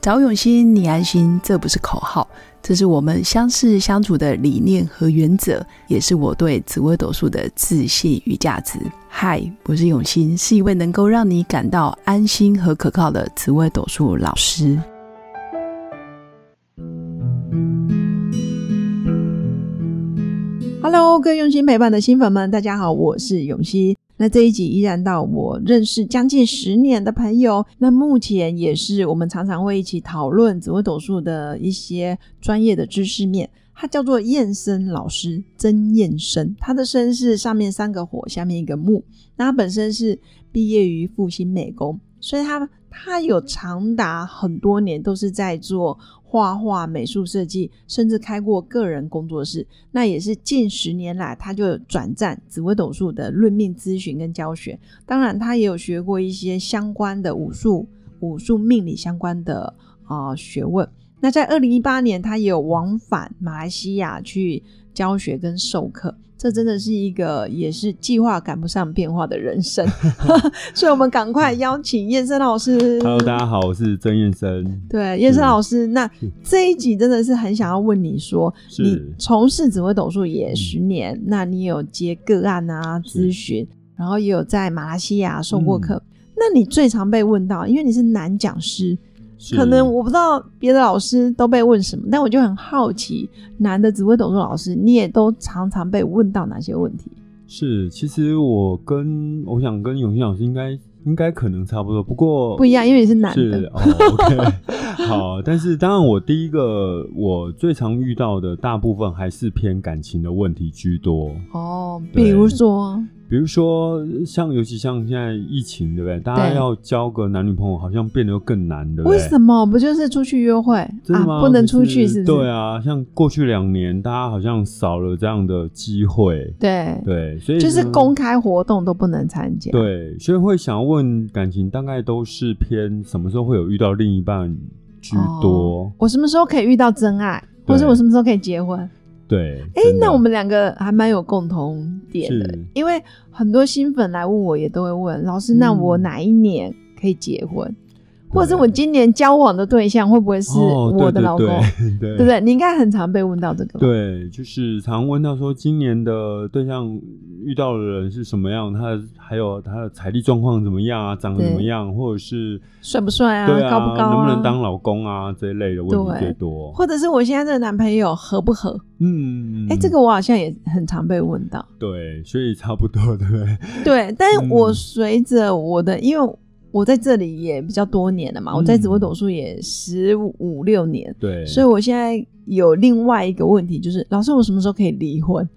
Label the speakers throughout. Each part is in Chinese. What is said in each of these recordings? Speaker 1: 找永新，你安心，这不是口号，这是我们相识相处的理念和原则，也是我对紫微斗数的自信与价值。嗨，我是永新，是一位能够让你感到安心和可靠的紫微斗数老师。
Speaker 2: Hello，各位用心陪伴的新粉们，大家好，我是永熙。那这一集依然到我认识将近十年的朋友，那目前也是我们常常会一起讨论紫微斗数的一些专业的知识面。他叫做燕生老师曾燕生，他的生是上面三个火，下面一个木。那他本身是毕业于复兴美工，所以他他有长达很多年都是在做画画、美术设计，甚至开过个人工作室。那也是近十年来，他就转战紫微斗数的论命咨询跟教学。当然，他也有学过一些相关的武术、武术命理相关的啊、呃学问。那在二零一八年，他也有往返马来西亚去教学跟授课。这真的是一个也是计划赶不上变化的人生， 所以我们赶快邀请燕生老师。
Speaker 3: Hello，大家好，我是曾燕生。
Speaker 2: 对，
Speaker 3: 嗯
Speaker 2: 叶生老师，那这一集真的是很想要问你说，
Speaker 3: 是嗯
Speaker 2: 你从事紫微斗数也十年，那你有接个案啊
Speaker 3: 是嗯
Speaker 2: 咨询，然后也有在马来西亚授过课，那你最常被问到，因为你是男讲师，
Speaker 3: 是
Speaker 2: 可能我不知道别的老师都被问什么，但我就很好奇，男的紫微斗数老师，你也都常常被问到哪些问题？
Speaker 3: 是，其实我跟我想跟永兴老师应该应该可能差不多，不过
Speaker 2: 不一样，因为你是男
Speaker 3: 是
Speaker 2: 的，
Speaker 3: 哦，OK，好。 但是当然，我第一个我最常遇到的大部分还是偏感情的问题居多，
Speaker 2: 哦，
Speaker 3: 对
Speaker 2: 比如说，
Speaker 3: 比如说像尤其像现在疫情，对不对？大家
Speaker 2: 对
Speaker 3: 要交个男女朋友，好像变得又更难，对不对？
Speaker 2: 为什么不就是出去约会
Speaker 3: 真的吗？
Speaker 2: 啊？不能
Speaker 3: 可
Speaker 2: 出去是不是？
Speaker 3: 对啊，像过去两年，大家好像少了这样的机会，
Speaker 2: 对
Speaker 3: 对，所以
Speaker 2: 就是
Speaker 3: 呢
Speaker 2: 公开活动都不能参加。，
Speaker 3: 嗯对，所以会想要问感情，大概都是偏什么时候会有遇到另一半居
Speaker 2: 哦
Speaker 3: 多？
Speaker 2: 我什么时候可以遇到真爱，或者
Speaker 3: 对
Speaker 2: 我什么时候可以结婚？
Speaker 3: 对，
Speaker 2: 哎、
Speaker 3: 真的
Speaker 2: 那我们两个还蛮有共同点的
Speaker 3: 是，
Speaker 2: 因为很多新粉来问我，也都会问老师，那我哪一年可以结
Speaker 3: 嗯
Speaker 2: 婚，或者是我今年交往的对象会不会是
Speaker 3: 哦
Speaker 2: 我的老公？对
Speaker 3: 对对对
Speaker 2: 不对？
Speaker 3: 对
Speaker 2: 你应该很常被问到这个吧。
Speaker 3: 对就是常问到说今年的对象遇到的人是什么样，他的还有他的财力状况怎么样啊，长得怎么
Speaker 2: 对
Speaker 3: 样，或者是
Speaker 2: 帅不帅啊
Speaker 3: 对啊，
Speaker 2: 高不高啊
Speaker 3: 能不能当老公啊这一类的问题
Speaker 2: 对
Speaker 3: 最多。
Speaker 2: 或者是我现在这个男朋友合不合？
Speaker 3: 嗯，
Speaker 2: 哎、这个我好像也很常被问到。
Speaker 3: 对，所以差不多，对不对？
Speaker 2: 对，但是
Speaker 3: 嗯
Speaker 2: 我随着我的，因为我在这里也比较多年了嘛，我在
Speaker 3: 嗯
Speaker 2: 紫微斗数也十五六年，
Speaker 3: 对，
Speaker 2: 所以我现在有另外一个问题，就是老师，我什么时候可以离婚？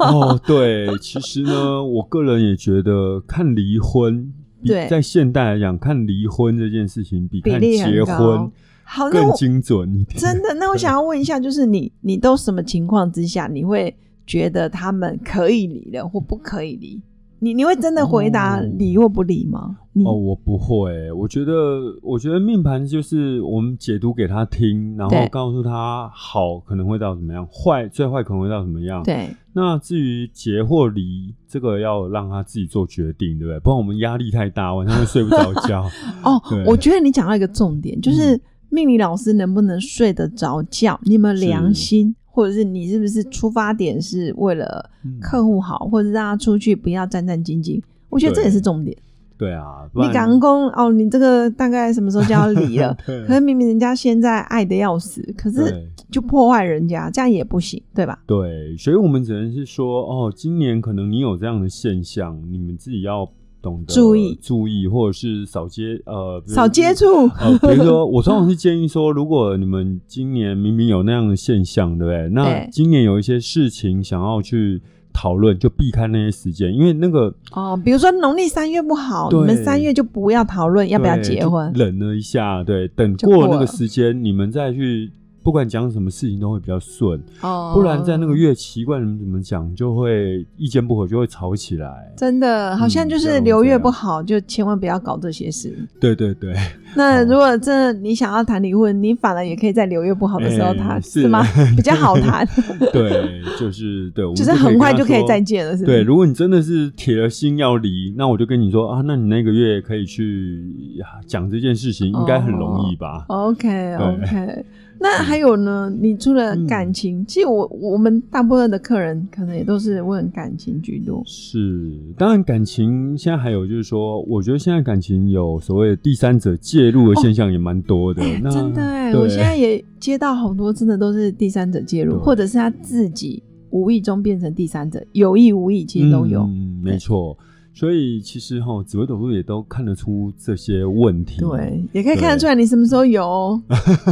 Speaker 3: 哦，对，其实呢，我个人也觉得看离婚，比
Speaker 2: 对
Speaker 3: 在现代来讲，看离婚这件事情比
Speaker 2: 比
Speaker 3: 看
Speaker 2: 例很
Speaker 3: 结
Speaker 2: 高
Speaker 3: 婚
Speaker 2: 好，那
Speaker 3: 更
Speaker 2: 我
Speaker 3: 精准一点。
Speaker 2: 真的， 那我想要问一下，就是你，你都什么情况之下，你会觉得他们可以离了或不可以离？你你会真的回答
Speaker 3: 哦
Speaker 2: 离或不离吗？你
Speaker 3: 哦，我不会，我觉得，我觉得命盘就是我们解读给他听，然
Speaker 2: 对
Speaker 3: 后告诉他好可能会到怎么样，坏最坏可能会到怎么样。
Speaker 2: 对
Speaker 3: 那至于结或离，这个要让他自己做决定，对不对？不然我们压力太大，晚上会睡不着 觉。
Speaker 2: 哦
Speaker 3: 对，嗯
Speaker 2: 我觉得你讲到一个重点，就是命理老师能不能睡得着觉？你有没有良心？或者是你是不是出发点是为了
Speaker 3: 嗯
Speaker 2: 客户好，或者让他出去不要战战兢兢？我觉得这也是重点。
Speaker 3: 对啊，不
Speaker 2: 你
Speaker 3: 然？
Speaker 2: 赶工哦，你这个大概什么时候就要离了
Speaker 3: 对
Speaker 2: 可是明明人家现在爱的要死，可是
Speaker 3: 对
Speaker 2: 就破坏人家，这样也不行，对吧？
Speaker 3: 对，所以我们只能是说，哦，今年可能你有这样的现象，你们自己要懂得
Speaker 2: 注意
Speaker 3: 注意，或者是少接呃比如
Speaker 2: 少接触，
Speaker 3: 呃，比如说，我通常是建议说，如果你们今年明明有那样的现象，对不对？那
Speaker 2: 对
Speaker 3: 今年有一些事情想要去讨论，就避开那些时间，因为那个
Speaker 2: 哦，比如说农历三月不好，你
Speaker 3: 对
Speaker 2: 们三月就不要讨论要不要
Speaker 3: 对
Speaker 2: 结
Speaker 3: 就
Speaker 2: 婚，
Speaker 3: 忍了一下，对，等
Speaker 2: 就过
Speaker 3: 过那
Speaker 2: 了
Speaker 3: 个时间，你们再去不管讲什么事情都会比较顺，
Speaker 2: 哦，
Speaker 3: 不然在那个越奇怪你们怎么讲就会意见不合就会吵起来。
Speaker 2: 真的好像
Speaker 3: 嗯
Speaker 2: 就
Speaker 3: 这
Speaker 2: 是
Speaker 3: 样
Speaker 2: 流
Speaker 3: 这
Speaker 2: 月
Speaker 3: 样
Speaker 2: 不好，就千万不要搞这些事。
Speaker 3: 对对对，
Speaker 2: 那
Speaker 3: 哦
Speaker 2: 如果真的你想要谈离婚，你反而也可以在流月不好的时候
Speaker 3: 哎
Speaker 2: 谈，
Speaker 3: 是
Speaker 2: 吗？比较好 谈，
Speaker 3: 对，就是对，我们
Speaker 2: 就是很快就可以再
Speaker 3: 见。
Speaker 2: 见了，是吗？
Speaker 3: 对，如果你真的是铁了心要离，那我就跟你说啊，那你那个月可以去啊讲这件事情，应该很容易吧？
Speaker 2: OK OK，那还有呢？你除了
Speaker 3: 嗯
Speaker 2: 感情，其实我我们大部分的客人可能也都是问感情居多。
Speaker 3: 哦是，当然感情现在还有就是说，我觉得现在感情有所谓的第三者介入的现象也蛮多的。
Speaker 2: 哎
Speaker 3: 那
Speaker 2: 真的哎、
Speaker 3: 对
Speaker 2: 我现在也接到好多，真的都是第三者介入，
Speaker 3: 对
Speaker 2: 或者是他自己无意中变成第三者，有意无意其实都有。
Speaker 3: 嗯，没错。所以其实哈，紫微斗数也都看得出这些问题。
Speaker 2: 对，也可以看得
Speaker 3: 对
Speaker 2: 出来你什么时候 有，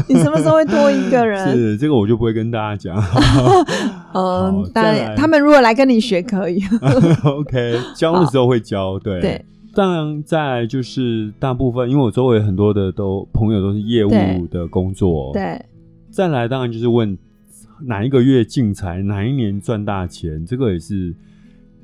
Speaker 2: 你什么时候会多一个人。
Speaker 3: 是这个我就不会跟大家讲。
Speaker 2: 嗯
Speaker 3: 好，
Speaker 2: 当
Speaker 3: 再
Speaker 2: 然，
Speaker 3: 来哦
Speaker 2: 他们如果来跟你学可以。
Speaker 3: OK，教的时候会教，对。
Speaker 2: 对，
Speaker 3: 当然，在就是大部分，因为我周围很多的都朋友都是业
Speaker 2: 对
Speaker 3: 务的工作，。
Speaker 2: 对，
Speaker 3: 再来，当然就是问哪一个月进财，哪一年赚大钱，这个也是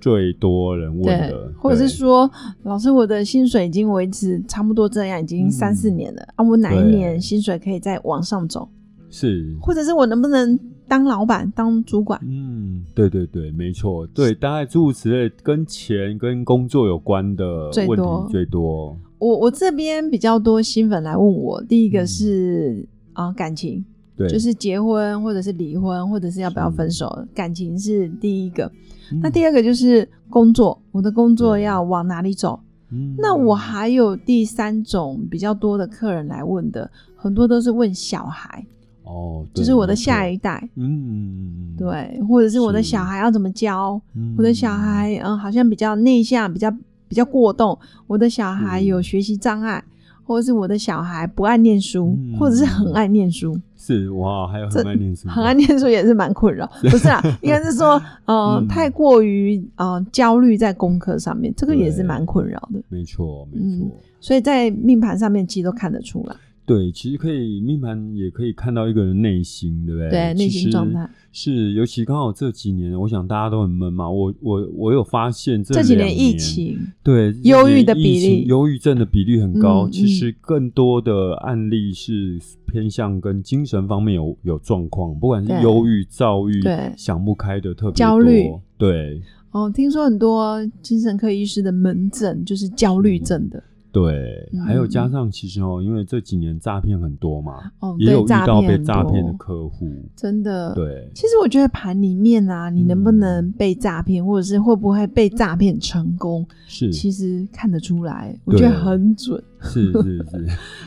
Speaker 3: 最多人问
Speaker 2: 对
Speaker 3: 的，，
Speaker 2: 或者是
Speaker 3: 对
Speaker 2: 说，老师，我的薪水已经维持差不多这样，已经
Speaker 3: 嗯
Speaker 2: 三四年了、啊，我哪一
Speaker 3: 对
Speaker 2: 年薪水可以再往上走？
Speaker 3: 是。
Speaker 2: 或者是我能不能当老板、当主管？
Speaker 3: 嗯，对对对，没错，对，大概诸如此类跟钱跟工作有关的
Speaker 2: 最
Speaker 3: 问
Speaker 2: 多
Speaker 3: 题最多。
Speaker 2: 我我这边比较多新粉来问我，第一个
Speaker 3: 嗯
Speaker 2: 是啊、感情，
Speaker 3: 对，
Speaker 2: 就是结婚或者是离婚，或者是要不要
Speaker 3: 是
Speaker 2: 分手，感情是第一个。
Speaker 3: 嗯
Speaker 2: 那第二个就是工作，我的工作
Speaker 3: 对
Speaker 2: 要往哪里走？
Speaker 3: 嗯
Speaker 2: 那我还有第三种比较多的客人来问的，很多都是问小孩。
Speaker 3: 哦，对
Speaker 2: 就是我的
Speaker 3: 没错
Speaker 2: 下一代，
Speaker 3: 嗯，嗯，
Speaker 2: 对，或者是我的小
Speaker 3: 是
Speaker 2: 孩要怎么教，
Speaker 3: 嗯
Speaker 2: 我的小孩嗯好像比较内向，比较比较过动，我的小孩有
Speaker 3: 嗯
Speaker 2: 学习障碍，或者是我的小孩不爱念书，
Speaker 3: 嗯
Speaker 2: 或者是很爱念书，
Speaker 3: 是哇，还有
Speaker 2: 这
Speaker 3: 很爱念书，
Speaker 2: 很爱念书也是蛮困扰， 不是啦，应该是说呃
Speaker 3: 嗯
Speaker 2: 太过于呃焦虑在功课上面，这个也是蛮困扰的，
Speaker 3: 没错，没
Speaker 2: 嗯
Speaker 3: 错。
Speaker 2: 所以在命盘上面其实都看得出来，
Speaker 3: 对，其实可以命盘也可以看到一个人内心，对不对？
Speaker 2: 对内心
Speaker 3: 其实
Speaker 2: 状态
Speaker 3: 是，尤其刚好这几年，我想大家都很闷嘛。我我我有发现这
Speaker 2: 这几
Speaker 3: 两
Speaker 2: 年
Speaker 3: 年
Speaker 2: 疫，情，
Speaker 3: 对
Speaker 2: 忧郁
Speaker 3: 这几年
Speaker 2: 的比
Speaker 3: 疫情
Speaker 2: 例
Speaker 3: 忧郁症的比例很高。
Speaker 2: 嗯
Speaker 3: 其
Speaker 2: 嗯
Speaker 3: 实更多的案例是偏向跟精神方面有有状况，不管是
Speaker 2: 对
Speaker 3: 忧郁、躁郁
Speaker 2: 对、
Speaker 3: 想不开的特别
Speaker 2: 焦虑
Speaker 3: 多，对
Speaker 2: 哦，听说很多精神科医师的门诊就是焦虑症的。
Speaker 3: 对，还有加
Speaker 2: 嗯
Speaker 3: 上其实哦，因为这几年诈骗很多嘛，
Speaker 2: 哦，
Speaker 3: 嗯也
Speaker 2: 对
Speaker 3: 有遇到被诈
Speaker 2: 很
Speaker 3: 骗的
Speaker 2: 多
Speaker 3: 客户，
Speaker 2: 真的。，
Speaker 3: 对，嗯
Speaker 2: 其实我觉得盘里面啊，你能不能被诈骗，或者是会不会被诈骗成功，
Speaker 3: 是
Speaker 2: 其
Speaker 3: 是
Speaker 2: 实看得出来，我觉得很准。
Speaker 3: 是 是，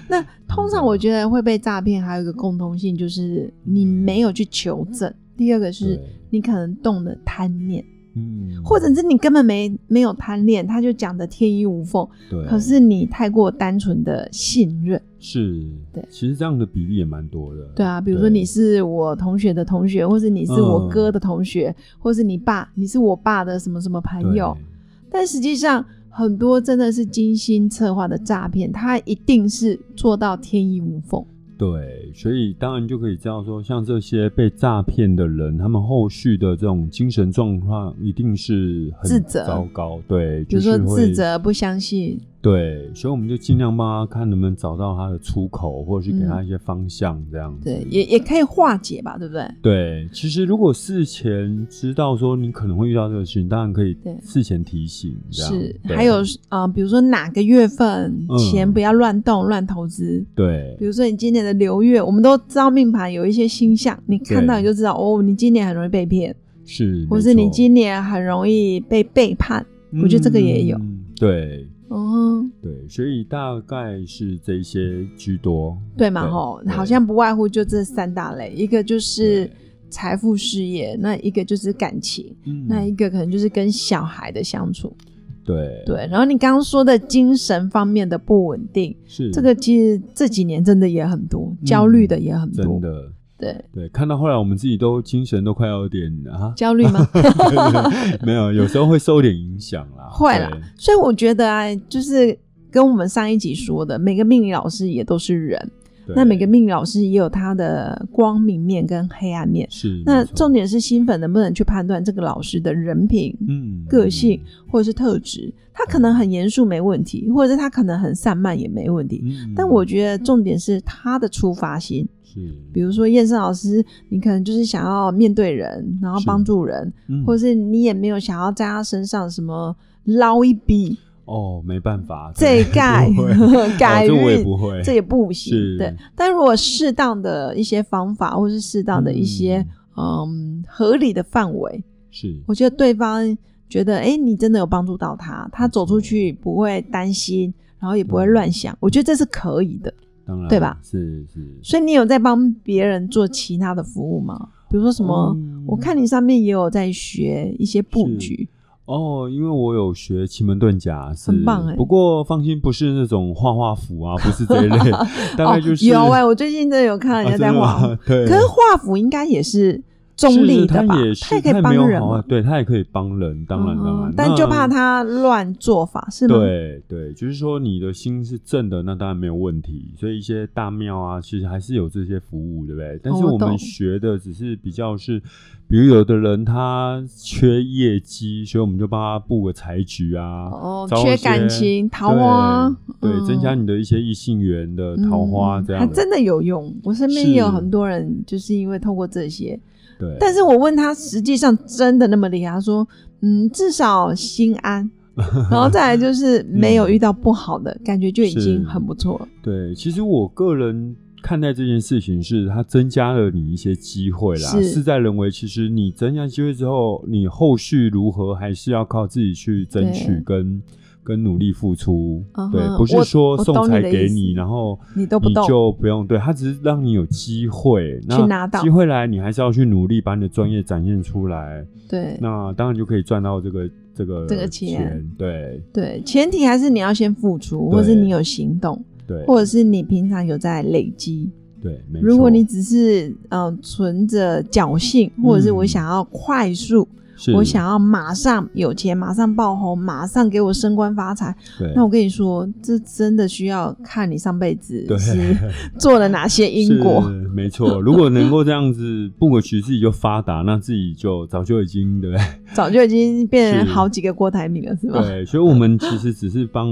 Speaker 2: 那通常我觉得会被诈骗，还有一个共通性就是你没有去求证。第二个是
Speaker 3: 对
Speaker 2: 你可能动了贪念，
Speaker 3: 嗯，
Speaker 2: 或者是你根本没没有贪恋，他就讲的天衣无缝，
Speaker 3: 对，
Speaker 2: 可是你太过单纯的信任。
Speaker 3: 是，
Speaker 2: 对
Speaker 3: 其实这样的比例也蛮多的，
Speaker 2: 对啊，比如说
Speaker 3: 对
Speaker 2: 你是我同学的同学，或是你是我哥的同学，
Speaker 3: 嗯
Speaker 2: 或是你爸，你是我爸的什么什么朋友，，但实际上很多真的是精心策划的诈骗，他一定是做到天衣无缝。
Speaker 3: 对对，所以当然就可以知道说，像这些被诈骗的人，他们后续的这种精神状况一定是
Speaker 2: 自
Speaker 3: 很
Speaker 2: 责
Speaker 3: 糟糕，对，
Speaker 2: 比如
Speaker 3: 就
Speaker 2: 说
Speaker 3: 是会
Speaker 2: 自责、不相信，
Speaker 3: 对，所以我们就尽量帮他看能不能找到他的出口，或者是给他
Speaker 2: 嗯
Speaker 3: 一些方向，这样子，
Speaker 2: 对，也也可以化解吧，对不对？
Speaker 3: 对，其实如果事前知道说你可能会遇到这个事情，当然可以
Speaker 2: 对
Speaker 3: 事前提醒。这样
Speaker 2: 是，
Speaker 3: 对
Speaker 2: 还有啊、呃比如说哪个月份、
Speaker 3: 嗯
Speaker 2: 钱不要乱动、乱投资。
Speaker 3: 对
Speaker 2: 比如说你今年的流月，我们都知道命盘有一些星象，你看到
Speaker 3: 对
Speaker 2: 你就知道哦，你今年很容易被骗。
Speaker 3: 是，
Speaker 2: 或
Speaker 3: 没
Speaker 2: 是你
Speaker 3: 错
Speaker 2: 今年很容易被背叛。我觉得这个也有
Speaker 3: 嗯对
Speaker 2: 嗯，
Speaker 3: 对，所以大概是这一些居多。
Speaker 2: 对嘛
Speaker 3: 对
Speaker 2: 吼，
Speaker 3: 对
Speaker 2: 好像不外乎就这三大类，一个就是
Speaker 3: 对
Speaker 2: 财富事业，那一个就是感情，
Speaker 3: 嗯
Speaker 2: 那一个可能就是跟小孩的相处。
Speaker 3: 对
Speaker 2: 对，然后你刚刚说的精神方面的不稳定，
Speaker 3: 是嗯
Speaker 2: 这个其实这几年真的也很多，焦虑的也很多
Speaker 3: 真。的
Speaker 2: 对，
Speaker 3: 对，看到后来我们自己都精神都快要有点 啊，
Speaker 2: 焦虑 吗？
Speaker 3: 没有，有时候会受点影响啦。
Speaker 2: 会啦
Speaker 3: 对，
Speaker 2: 所以我觉得啊，就是跟我们上一集说的，每个命理老师也都是人，
Speaker 3: 对
Speaker 2: 那每个命理老师也有他的光明面跟黑暗面。
Speaker 3: 是
Speaker 2: 那
Speaker 3: 没错
Speaker 2: 重点是新粉能不能去判断这个老师的人品、
Speaker 3: 嗯
Speaker 2: 个性或者是特质？他可能很严肃没问题，或者是他可能很散漫也没问题。
Speaker 3: 嗯
Speaker 2: 但我觉得重点是他的出发心，
Speaker 3: 是，
Speaker 2: 比如说燕生老师，你可能就是想要面对人，然后
Speaker 3: 是
Speaker 2: 帮助人，
Speaker 3: 嗯
Speaker 2: 或是你也没有想要在他身上什么捞一笔、
Speaker 3: 哦，没办法，
Speaker 2: 这
Speaker 3: 对
Speaker 2: 盖
Speaker 3: 不 会
Speaker 2: 改
Speaker 3: 哦这我也
Speaker 2: 运，
Speaker 3: 不会，
Speaker 2: 这也不行。
Speaker 3: 是
Speaker 2: 对，但如果适当的一些方法，或是适当的一些嗯合理的范围，
Speaker 3: 是
Speaker 2: 我觉得对方觉得哎、诶你真的有帮助到他，他
Speaker 3: 没错
Speaker 2: 走出去不会担心，然后也不会
Speaker 3: 嗯
Speaker 2: 乱想，我觉得这是可以的。
Speaker 3: 当然
Speaker 2: 对吧？
Speaker 3: 是是，
Speaker 2: 所以你有在帮别人做其他的服务吗？比如说什么？
Speaker 3: 嗯
Speaker 2: 我看你上面也有在学一些布
Speaker 3: 是
Speaker 2: 局，
Speaker 3: 哦，因为我有学奇门遁甲，是
Speaker 2: 很棒欸
Speaker 3: 不过放心，不是那种画画符啊，不是这一 类，大概就
Speaker 2: 哦、
Speaker 3: 是、
Speaker 2: 有哎、我最近真的有看
Speaker 3: 啊
Speaker 2: 人家在
Speaker 3: 真的
Speaker 2: 画，
Speaker 3: 吗对，
Speaker 2: 可是画符应该也是中立的吧？
Speaker 3: 是是他也是，
Speaker 2: 也可以
Speaker 3: 他没有
Speaker 2: 帮人
Speaker 3: 好
Speaker 2: 嘛
Speaker 3: 啊，对他也可以帮人，当然、当
Speaker 2: 嗯
Speaker 3: 然，
Speaker 2: 但就怕
Speaker 3: 那。
Speaker 2: 他乱做法是吗？，
Speaker 3: 对对，就是说你的心是正的，那当然没有问题。所以一些大庙啊，其实还是有这些服务，对不对？但
Speaker 2: 哦
Speaker 3: 是
Speaker 2: 我
Speaker 3: 我们
Speaker 2: 懂
Speaker 3: 学的只是比较是，比如有的人他缺业绩，所以我们就帮他布个财局啊，
Speaker 2: 哦，
Speaker 3: 招
Speaker 2: 缺
Speaker 3: 一些
Speaker 2: 感情、桃花，
Speaker 3: 对，对增加
Speaker 2: 嗯
Speaker 3: 你的一些异性缘的桃花
Speaker 2: 嗯
Speaker 3: 这样
Speaker 2: 还真的有用。我身边
Speaker 3: 是
Speaker 2: 也有很多人就是因为透过这些，
Speaker 3: 对，
Speaker 2: 但是我问他实际上真的那么厉害，他说嗯，至少心 安。然后再来就是没有遇到不好的、感觉，就已经
Speaker 3: 是
Speaker 2: 很不错了。
Speaker 3: 对，其实我个人看待这件事情是，它增加了你一些机会啦。
Speaker 2: 是
Speaker 3: 事在人为，其实你增加机会之后，你后续如何还是要靠自己去争取
Speaker 2: 对
Speaker 3: 跟跟努力付出。
Speaker 2: 嗯哼
Speaker 3: 对，不是
Speaker 2: 我
Speaker 3: 说
Speaker 2: 我
Speaker 3: 送
Speaker 2: 懂你
Speaker 3: 财
Speaker 2: 的
Speaker 3: 给
Speaker 2: 意思
Speaker 3: 你，然后
Speaker 2: 你都不
Speaker 3: 你
Speaker 2: 动
Speaker 3: 就不用对，它只是让你有机会，那
Speaker 2: 去拿到
Speaker 3: 机会来，你还是要去努力把你的专业展现出来。
Speaker 2: 对
Speaker 3: 那当然就可以赚到这个这个
Speaker 2: 这个钱
Speaker 3: 对
Speaker 2: 对，前提还是你要先付出，或是
Speaker 3: 对
Speaker 2: 你有行动，
Speaker 3: 对
Speaker 2: 或者是你平常有在累积。
Speaker 3: 对，没
Speaker 2: 如果
Speaker 3: 错
Speaker 2: 你只是嗯、呃存着侥幸，或者是我想要快速，
Speaker 3: 嗯是
Speaker 2: 我想要马上有钱，马上爆红，马上给我升官发财，
Speaker 3: 对
Speaker 2: 那我跟你说，这真的需要看你上辈子
Speaker 3: 对
Speaker 2: 是做了哪些因果。
Speaker 3: 是没错。 如果能够这样子，不可许自己就发达，那自己就早就已经对 不对？
Speaker 2: 早就已经变成
Speaker 3: 是
Speaker 2: 好几个郭台铭了，是吗？
Speaker 3: 对，所以我们其实只是帮。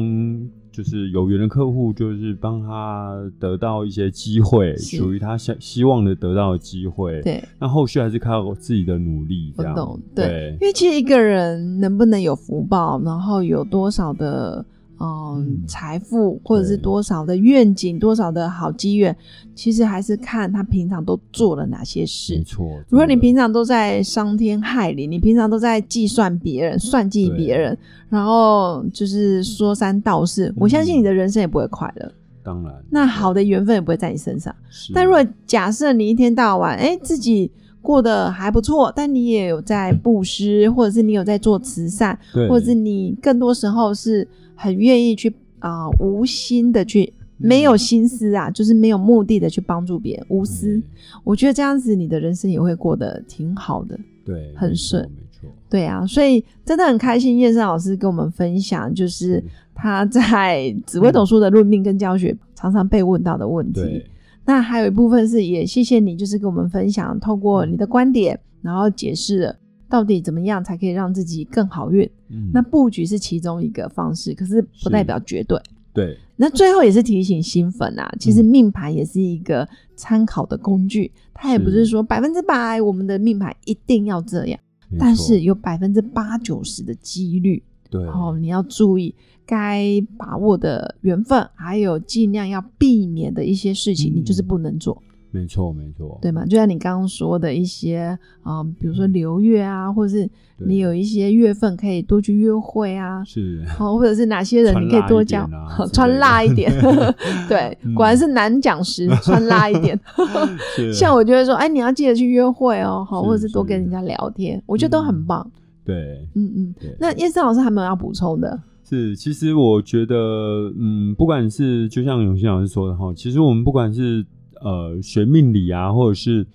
Speaker 3: 就是有缘的客户，就是帮他得到一些机会，
Speaker 2: 是
Speaker 3: 属于他想希望的得到的机会。
Speaker 2: 对，
Speaker 3: 那后续还是靠自己的努力，这
Speaker 2: 我
Speaker 3: 样
Speaker 2: 懂。对，
Speaker 3: 对
Speaker 2: 因为其实一个人能不能有福报，然后有多少的嗯
Speaker 3: 嗯
Speaker 2: 财富，或者是
Speaker 3: 对
Speaker 2: 多少的愿景，多少的好机缘，其实还是看他平常都做了哪些
Speaker 3: 没
Speaker 2: 事。
Speaker 3: 错。真的
Speaker 2: 如果你平常都在伤天害理，你平常都在计算别人、算计
Speaker 3: 对嗯
Speaker 2: 别人，然后就是说三道四，我相信你的人生也不会快乐，
Speaker 3: 当然
Speaker 2: 那好的缘分也不会在你身上。
Speaker 3: 是，
Speaker 2: 但如果假设你一天到晚，哎、自己过得还不错，但你也有在布施，或者是你有在做慈善，
Speaker 3: 对
Speaker 2: 或者是你更多时候是很愿意去啊、无心的去，
Speaker 3: 嗯
Speaker 2: 没有心思啊，就是没有目的的去帮助别人，无私
Speaker 3: 嗯。
Speaker 2: 我觉得这样子，你的人生也会过得挺好的。
Speaker 3: 对
Speaker 2: 很
Speaker 3: 没错
Speaker 2: 顺
Speaker 3: 没错。
Speaker 2: 对啊，所以真的很开心，叶胜老师跟我们分享，就是他在紫微斗数的论命跟教学常常被问到的问题。
Speaker 3: 对，
Speaker 2: 那还有一部分是也谢谢你，就是跟我们分享，透过
Speaker 3: 嗯
Speaker 2: 你的观点，然后解释了到底怎么样才可以让自己更好运。
Speaker 3: 嗯
Speaker 2: 那布局是其中一个方式，可是不
Speaker 3: 是嗯
Speaker 2: 代表绝对。
Speaker 3: 对
Speaker 2: 那最后也是提醒新粉啊，其实命盘也是一个参考的工具，它也不是
Speaker 3: 是
Speaker 2: 说百分之百我们的命盘一定要这样，
Speaker 3: 没
Speaker 2: 但
Speaker 3: 错
Speaker 2: 是有百分之八九十的几率
Speaker 3: 对
Speaker 2: 哦，你要注意该把握的缘分，还有尽量要避免的一些事情，
Speaker 3: 嗯
Speaker 2: 你就是不能做，
Speaker 3: 没错没错，
Speaker 2: 对吗？就像你刚刚说的一些，嗯、比如说流月啊，或是
Speaker 3: 对
Speaker 2: 你有一些月份可以多去约会啊。
Speaker 3: 是
Speaker 2: 哦，或者是哪些人
Speaker 3: 穿
Speaker 2: 你可以
Speaker 3: 辣
Speaker 2: 多
Speaker 3: 一
Speaker 2: 交
Speaker 3: 点啊之
Speaker 2: 穿
Speaker 3: 类的
Speaker 2: 辣一点， 对，
Speaker 3: 嗯
Speaker 2: 果然是男讲师，穿辣一点。
Speaker 3: 是
Speaker 2: 像我就会说，哎，你要记得去约会哦，好，
Speaker 3: 是
Speaker 2: 或者是多
Speaker 3: 是
Speaker 2: 跟人家聊天，我觉得都很
Speaker 3: 嗯
Speaker 2: 棒。
Speaker 3: 对
Speaker 2: 嗯嗯，
Speaker 3: 对，
Speaker 2: 那叶森老师还有没有要补充的？
Speaker 3: 是其实我觉得，嗯，不管是就像永新老师说的哈，其实我们不管是呃学命理啊，或者是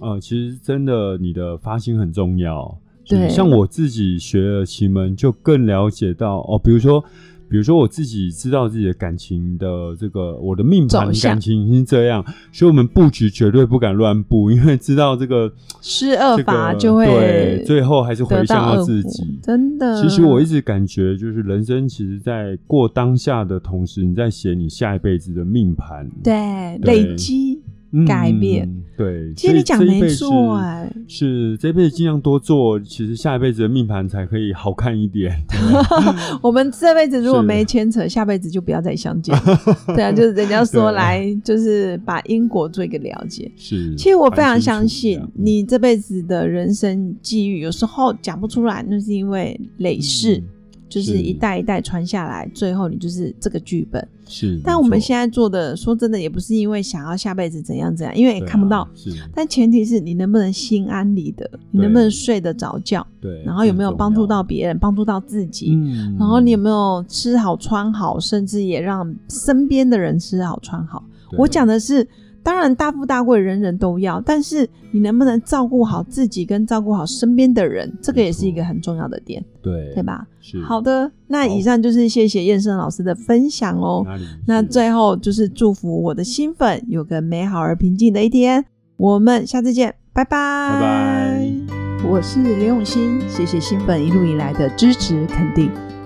Speaker 3: 呃，其实真的你的发心很重要。是
Speaker 2: 对
Speaker 3: 像我自己学了奇门，就更了解到哦，比如说。比如说我自己知道自己的感情的这个我的命盘
Speaker 2: 走向
Speaker 3: 感情已经这样，所以我们布局绝对不敢乱布，因为知道这个
Speaker 2: 施二
Speaker 3: 这个
Speaker 2: 法就会
Speaker 3: 对，最后还是回
Speaker 2: 得
Speaker 3: 向
Speaker 2: 到
Speaker 3: 到
Speaker 2: 恶
Speaker 3: 自
Speaker 2: 果
Speaker 3: 己。
Speaker 2: 真的。
Speaker 3: 其实我一直感觉，就是人生，其实在过当下的同时，你在写你下一辈子的命盘，
Speaker 2: 对
Speaker 3: 对
Speaker 2: 累积，
Speaker 3: 嗯，
Speaker 2: 改变
Speaker 3: 对。
Speaker 2: 其实
Speaker 3: 所以
Speaker 2: 你讲
Speaker 3: 这一
Speaker 2: 没
Speaker 3: 辈子
Speaker 2: 错哎
Speaker 3: 是这辈子尽量多做，其实下一辈子的命盘才可以好看一点。
Speaker 2: 我们这辈子如果
Speaker 3: 是
Speaker 2: 没牵扯，下辈子就不要再相 见。对啊，就是人家说
Speaker 3: 对
Speaker 2: 来，就是把因果做一个了解。
Speaker 3: 是，
Speaker 2: 其实我非常
Speaker 3: 蛮嗯清
Speaker 2: 相
Speaker 3: 楚
Speaker 2: 信
Speaker 3: 的嗯
Speaker 2: 你这辈子的人生际遇，有时候讲不出来，那是因为累世，
Speaker 3: 嗯
Speaker 2: 就是
Speaker 3: 是
Speaker 2: 一代一代传下来，最后你就是这个剧本。
Speaker 3: 是。
Speaker 2: 但
Speaker 3: 没
Speaker 2: 我们
Speaker 3: 错
Speaker 2: 现在做的，说真的，也不是因为想要下辈子怎样怎样，因为也
Speaker 3: 对
Speaker 2: 看不
Speaker 3: 啊
Speaker 2: 到。
Speaker 3: 是，
Speaker 2: 但前提是你能不能心安理得，你
Speaker 3: 对
Speaker 2: 能不能睡得着觉，
Speaker 3: 对。
Speaker 2: 然后有没有
Speaker 3: 这很
Speaker 2: 帮助
Speaker 3: 重
Speaker 2: 到？
Speaker 3: 要
Speaker 2: 别人，帮助到自己，
Speaker 3: 嗯
Speaker 2: 然后你有没有吃好穿好，甚至也让身边的人吃好穿好。我讲
Speaker 3: 的
Speaker 2: 的是，当然大富大贵人人都要，但是你能不能照顾好自己，跟照顾好身边的人，这个也是一个很重要的点，
Speaker 3: 对
Speaker 2: 对？吧？
Speaker 3: 是
Speaker 2: 好，的，那
Speaker 3: 好
Speaker 2: 以上就是谢谢燕生老师的分享哦。
Speaker 3: 哪里
Speaker 2: 那
Speaker 3: 是
Speaker 2: 最后就是祝福我的新粉有个美好而平静的一天。我们下次见，拜拜。
Speaker 3: 拜拜。
Speaker 2: 我是刘永新，谢谢新粉一路以来的支持肯定。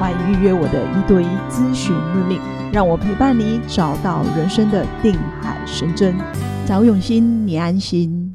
Speaker 2: 欢迎预约我的一对一咨询任命，让我陪伴你找到人生的定海神针。找永新，你安心。